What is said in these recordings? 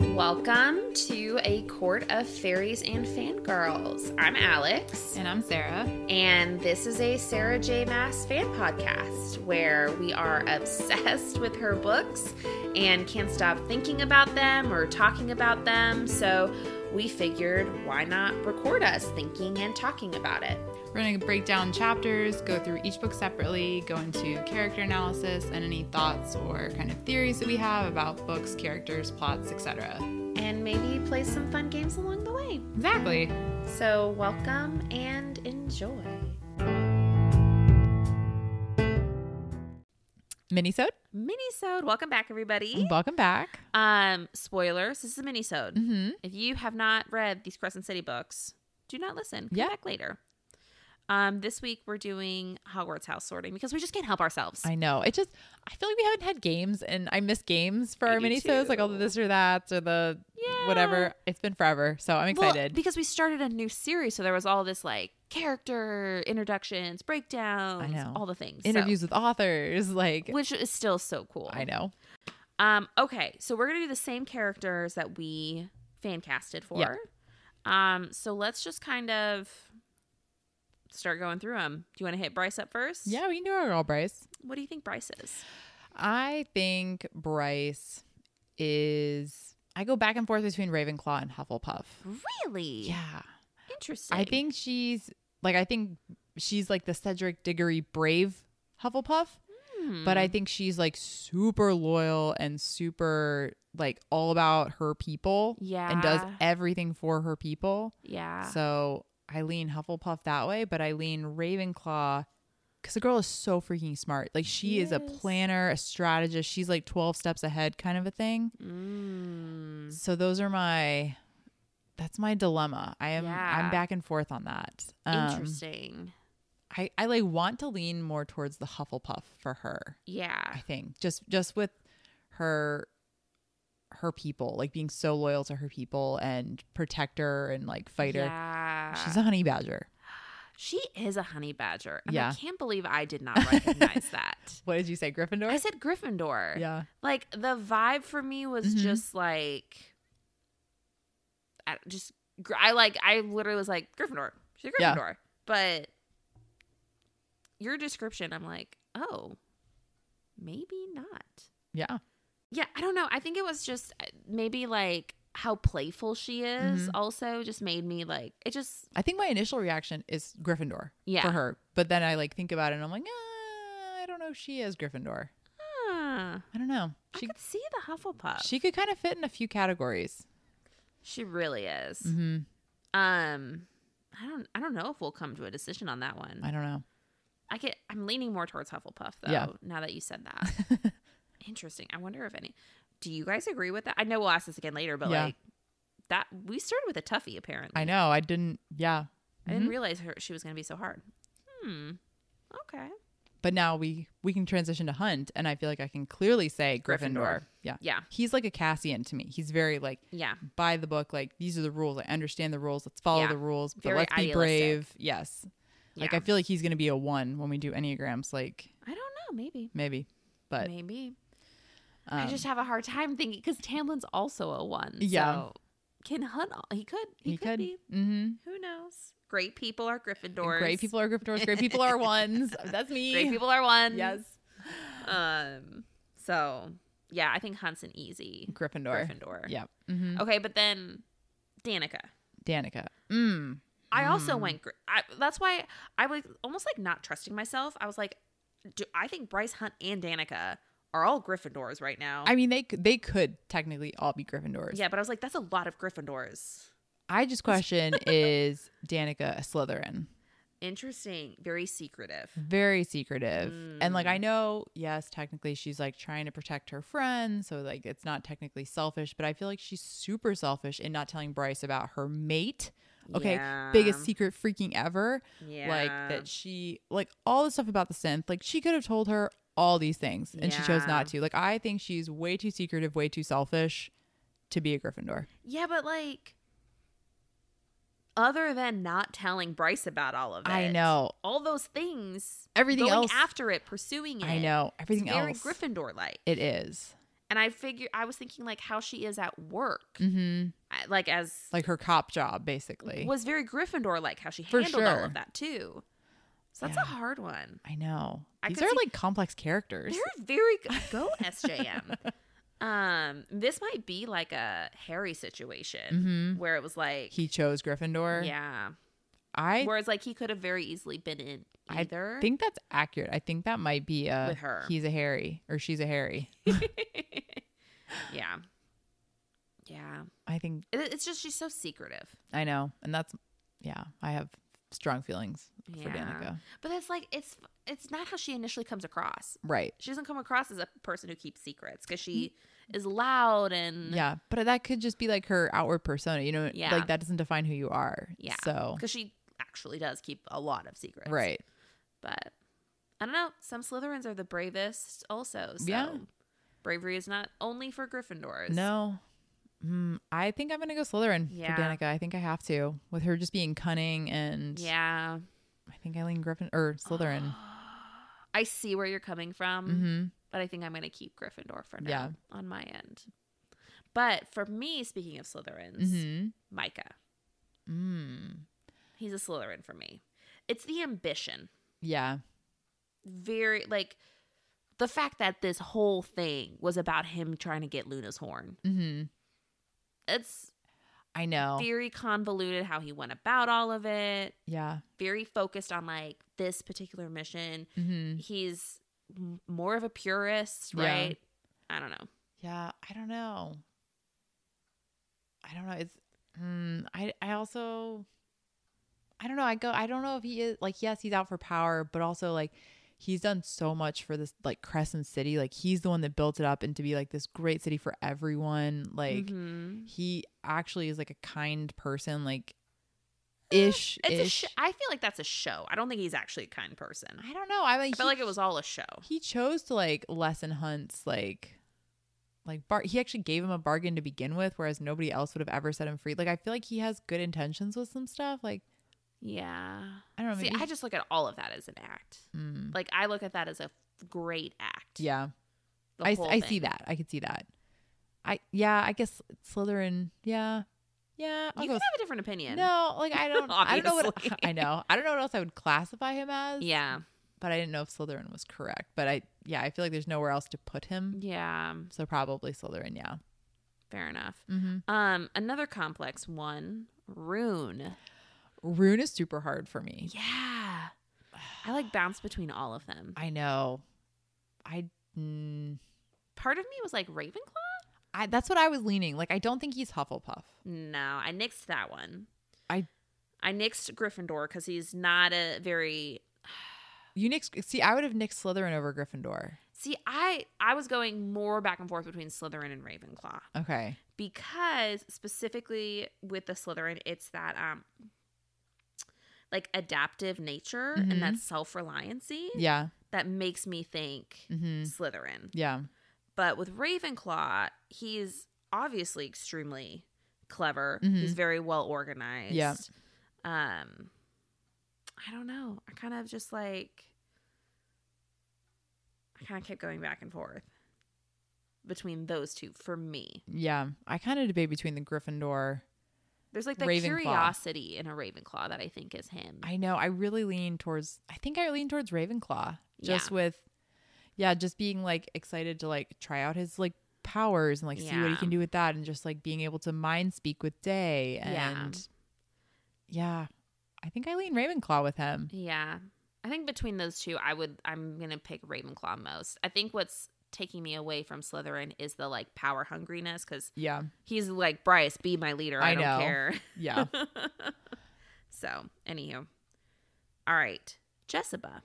Welcome to A Court of Fairies and Fangirls. I'm Alex, And I'm Sarah. and this is a Sarah J. Mass fan podcast where we are obsessed with her books and can't stop thinking about them or talking about them. So we figured why not record us thinking and talking about it? We're going to break down chapters, go through each book separately, go into character analysis and any thoughts or kind of theories that we have about books, characters, plots, etc. And maybe play some fun games along the way. Exactly. So, welcome and enjoy. Minisode, Minisode, welcome back, everybody. welcome back. Um, spoilers. This is a minisode. Mm-hmm. If you have not read these Crescent City books, do not listen. Come Yeah. back later. Um, this week we're doing Hogwarts house sorting because we just can't help ourselves. I know. It just I feel like we haven't had games and I miss games for I our do minisodes, like all the this or that or the yeah. whatever. It's been forever. So I'm Well, excited. because we started a new series, so there was all this like character introductions, breakdowns, I know. all the things. So- Interviews with authors, like which is still so cool. I know. Um, okay, so we're gonna do the same characters that we fan casted for. Yeah. Um, so let's just kind of start going through them. Do you want to hit Bryce up first? Yeah, we can do our girl Bryce. What do you think Bryce is? I think Bryce is I go back and forth between Ravenclaw and Hufflepuff. Really? Yeah. Interesting. I think she's like I think she's like the Cedric Diggory brave Hufflepuff. Hmm. but I think she's like super loyal and super like all about her people yeah, and does everything for her people. yeah. So I lean Hufflepuff that way, but I lean Ravenclaw because the girl is so freaking smart. Like she She is a is. planner, a strategist. She's like twelve steps ahead, kind of a thing. Mm. So those are my. That's my dilemma. I am Yeah. I'm back and forth on that. Um, Interesting. I I like want to lean more towards the Hufflepuff for her. I Yeah. think just just with her her people like being so loyal to her people and protector and like fighter. Yeah. She's a honey badger. she is a honey badger. And I Yeah. can't believe I did not recognize that. What did you say, Gryffindor? I said Gryffindor. yeah, like the vibe for me was Mhm. just like I don't- just gr- I like I literally was like Gryffindor. She's a Yeah. Gryffindor. But your description, I'm like, "Oh, maybe not." yeah, Yeah, I don't know. I think it was just uh, maybe like how playful she is Mm-hmm. also just made me like it just I think my initial reaction is Gryffindor yeah. for her, but then I like think about it and I'm like, ah, I don't know if she is Gryffindor. Huh. I don't know. Ah, I She could see the Hufflepuff. She, she could kind of fit in a few categories. really is. hmm Um I don't I don't know if we'll come to a decision on that one. I don't know. I get I'm leaning more towards Hufflepuff though. Yeah. Now that you said that. Interesting. I wonder if any do you guys agree with that? I know we'll ask this again later, but Yeah. like that we started with a toughie apparently. I Mm-hmm. know. I didn't. Yeah, I didn't realize her she was gonna be so hard. Hmm. Okay. but now we we can transition to Hunt, and I feel like I can clearly say Gryffindor. Gryffindor. Yeah, Yeah. he's like a Cassian to me. He's very like Yeah. by the book. Like these are the rules. I understand the rules. Let's follow Yeah. the rules. But Very let's be idealistic. brave. Yes. Like Yeah. I feel like he's gonna be a one when we do enneagrams. Like I don't know, maybe. maybe, but maybe. um, I just have a hard time thinking because Tamlin's also a one. Yeah. So can Hunt he could he, could, be. hmm Who knows? Great people are Gryffindors. Great people are Gryffindors. Great people are ones. That's me. Great people are ones. Yes. Um. So yeah, I think Hunt's an easy Gryffindor. Gryffindor. Yep. hmm Okay, but then Danica. Danica. Mm. I also went. Gr- I, that's why I was almost like not trusting myself. I was like, do I think Bryce Hunt and Danica are all Gryffindors right now? I mean, they c- they could technically all be Gryffindors. yeah, but I was like, that's a lot of Gryffindors. I just question is Danica a Slytherin? Interesting. Very secretive. very secretive. And like Mm. I know, yes, technically she's like trying to protect her friends, so like it's not technically selfish, but I feel like she's super selfish in not telling Bryce about her mate. Okay, Um. Biggest secret freaking ever. Yeah. Like that she like all the stuff about the synth, like she could have told her all these things and she chose Yeah. not to. Like I think she's way too secretive, way too selfish to be a Gryffindor. Yeah, but like, other than not telling Bryce about all of it, I know. all those things Everything going else after it, pursuing it. I know. It's Everything very else Gryffindor like. it is. And I figure I was thinking like how she is at work, Mm-hmm. I- like as Like her cop job, basically. was very Gryffindor like how she For handled all sure. of that too. So that's Yeah. a hard one. I know. I These could are see- like complex characters. They're very go, go SJM. Um, this might be like a Harry situation Mm-hmm. where it was like, He chose Gryffindor. yeah, I whereas like he could have very easily been in I either. think that's accurate. I think that might be a With her. He's a Harry or she's a Harry. yeah, yeah. I think It, it's just she's so secretive. I know, and that's yeah. I have strong feelings for Yeah. Danica. But it's like it's it's not how she initially comes across. Right. She doesn't come across as a person who keeps secrets because she is loud and Mm-hmm. Yeah, but that could just be like her outward persona. You know, Mm-hmm. Yeah. like that doesn't define who you are. Yeah. So because she actually does keep a lot of secrets. right. But I don't know. Some Slytherins are the bravest, also. So Yeah. bravery is not only for Gryffindors. No. Mm, I think I'm gonna go Slytherin Yeah. for Danica. I think I have to with her just being cunning and Yeah. I think I lean Griffin or Slytherin. I see where you're coming from, hmm but I think I'm going to keep Gryffindor for now Yeah. on my end. But for me, speaking of Slytherins, hmm Micah, Mm. he's a Slytherin for me. It's the ambition. Yeah. Very, like, the fact that this whole thing was about him trying to get Luna's horn. hmm It's I know. very convoluted how he went about all of it. yeah. very focused on like this particular mission. hmm He's m- more of a purist, Yeah. right? I don't know. Yeah, I don't know. I don't know. It's mm, I I also I don't know. I go I don't know if he is like yes, he's out for power, but also like he's done so much for this like Crescent City. Like he's the one that built it up and to be like this great city for everyone. Like Mhm. he actually is like a kind person like ish Uh, it's a ish. sh- I feel like that's a show. I don't think he's actually a kind person. I, I don't know. I like feel he- like it was all a show. he chose to like lessen Hunt's like like bar he actually gave him a bargain to begin with, whereas nobody else would have ever set him free. Like I feel like he has good intentions with some stuff. Like Yeah. I don't know. See, maybe- I just look at all of that as an act. Mm. Like I look at that as a f- great act. yeah, The I, s- whole I see thing. that. I could see that. I yeah, I guess Slytherin. Yeah, yeah. I'll You go can s- have a different opinion. no, like I don't. I don't know what Obviously. I know. I don't know what else I would classify him as. Yeah. but I didn't know if Slytherin was correct. But I yeah, I feel like there's nowhere else to put him. Yeah. So probably Slytherin. Yeah. Fair enough. Mm-hmm. Um, another complex one, Rune. Rune is super hard for me. Yeah. I like bounce between all of them. I know. I, mm, Part of me was like Ravenclaw. I that's what I was leaning. Like I don't think he's Hufflepuff. No, I nixed that one. I- I nixed Gryffindor because he's not a very. You nixed see I would have nicked Slytherin over Gryffindor. See, I I was going more back and forth between Slytherin and Ravenclaw Okay. because specifically with the Slytherin, it's that um like adaptive nature Mhm. and that self reliancy Yeah. that makes me think hmm Slytherin. Yeah. But with Ravenclaw, he's obviously extremely clever. Mhm. He's very well organized. Yeah. Um I don't know. I kind of just like I kind of kept going back and forth between those two for me. Yeah. I kind of debate between the Gryffindor. There's like that Ravenclaw. curiosity in a Ravenclaw that I think is him. I know. I really lean towards. I think I lean towards Ravenclaw. Just Yeah. with, yeah, just being like excited to like try out his like powers and like see what he Yeah. can do with that, and just like being able to mind speak with Day. Yeah. And yeah, I think I lean Ravenclaw with him. yeah. I think between those two, I would I'm going to pick Ravenclaw most. I think what's taking me away from Slytherin is the like power hungriness cuz Yeah. he's like Bryce, be my leader. I, I don't know. care. Yeah. so, anywho, all right, Jessica,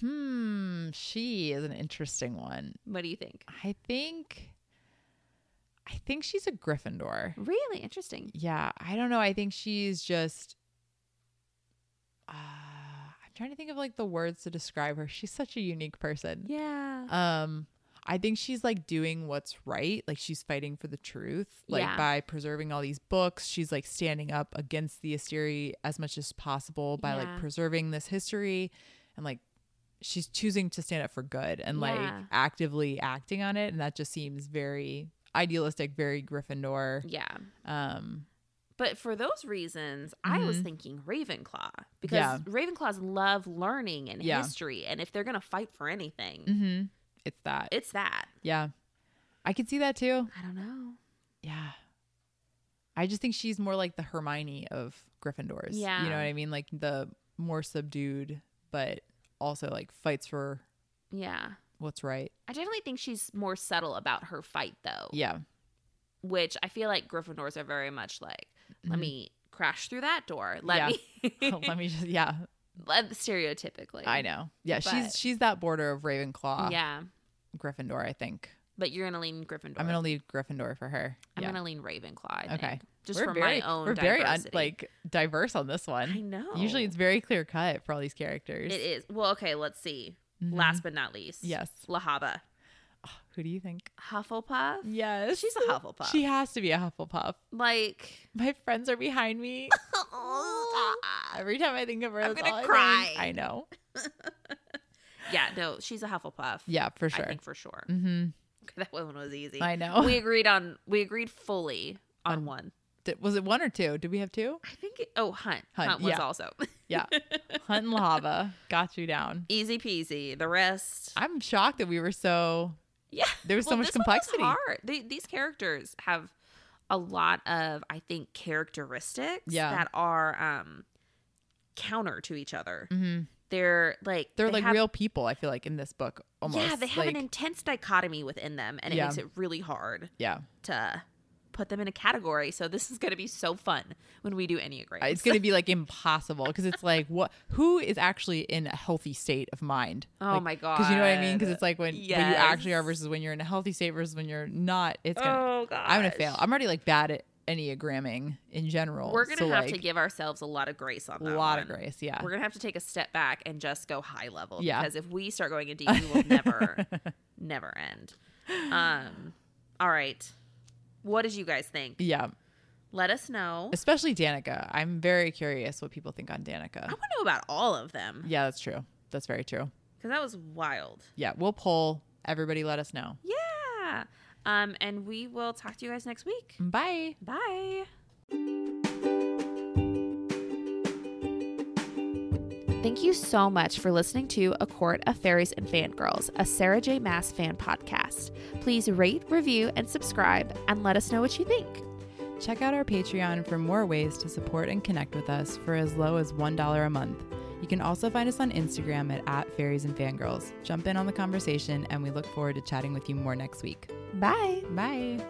hmm. She is an interesting one. what do you think? I think. I think she's a Gryffindor. Really interesting. Yeah. I don't know. I think she's just. Uh, I'm trying to think of like the words to describe her. She's such a unique person. Yeah. Um. I think she's like doing what's right. Like she's fighting for the truth. Like Yeah. by preserving all these books, she's like standing up against the Asteri as much as possible by Yeah. like preserving this history and like she's choosing to stand up for good and like Yeah. actively acting on it and that just seems very idealistic very gryffindor Yeah. um But for those reasons, I was Mhm. thinking Ravenclaw because Yeah. Ravenclaws love learning and Yeah. history. And if they're going to fight for anything, hmm it's that it's that. yeah i could see that too I don't know. yeah i just think she's more like the hermione of gryffindors Yeah. you know what i mean like the more subdued but also like fights for Yeah. what's right I definitely think she's more subtle about her fight, though, yeah which I feel like Gryffindors are very much like, let Mhm. me crash through that door. Let Yeah. me. let me just yeah let, stereotypically. i know Ah. yeah But- she's she's that border of ravenclaw Yeah. gryffindor i think But you're going to lean Gryffindor. I'm gonna leave Gryffindor for her. I'm yeah. gonna lean Ravenclaw. I think, Okay. just we're for my very, own. We're very un- diversity. like diverse on this I one. know. Usually it's very clear cut for all these characters. it is. Well, okay. Let's see. Mhm. Last but not least, Yes. La Haba, Ah, Who do you think? Hufflepuff. Yes. she's a Hufflepuff. Mm-hmm. She has to be a Hufflepuff. like. My friends are behind me. Every time I think of her, I'm that's gonna all I think. cry. I know. yeah, no, she's a Hufflepuff. Yeah, for sure. I think for sure. mm-hmm. That one was easy. I know. We agreed on. We agreed fully on Um, one. Did- was it one or two? Did we have two? I think. It, oh, Hunt. Hunt, Hunt, was yeah. also Yeah. Hunt and Lava got you down. easy peasy. The rest. I'm shocked that we were so. yeah. There was so Well, much this one was complexity. hard. They- these characters have a lot of, I think, characteristics Yeah. that are um, counter to each other. Mm-hmm. They're like They're they like have- real people. I feel like in this book, almost. Yeah, they have like, an intense dichotomy within them, and it Yeah. makes it really hard yeah. to put them in a category. So this is going to be so fun when we do Enneagrams. Uh, it's going to be like impossible because it's like what who is actually in a healthy state of mind oh my god! because you know what i mean because it's like when when you actually are Yes. versus when you're in a healthy state versus when you're not it's gonna oh god, i'm gonna fail i'm already like bad at enneagramming in general We're gonna so, have to like, give ourselves a lot of grace on a that. lot of one. grace yeah we're gonna have to take a step back and just go high level Yeah. because if we start going in deep we will never never end um all right what did you guys think yeah let us know especially danica i'm very curious what people think on danica i want to know about all of them yeah that's true that's very true because that was wild yeah we'll poll everybody let us know yeah um and we will talk to you guys next week bye bye Thank you so much for listening to A Court of Fairies and Fangirls, a Sarah J. Mass fan podcast. Please rate, review, and subscribe, and let us know what you think. Check out our Patreon for more ways to support and connect with us for as low as $1 a month. You can also find us on Instagram at, at fairies and fangirls. Jump in on the conversation, and we look forward to chatting with you more next week. Bye. Bye.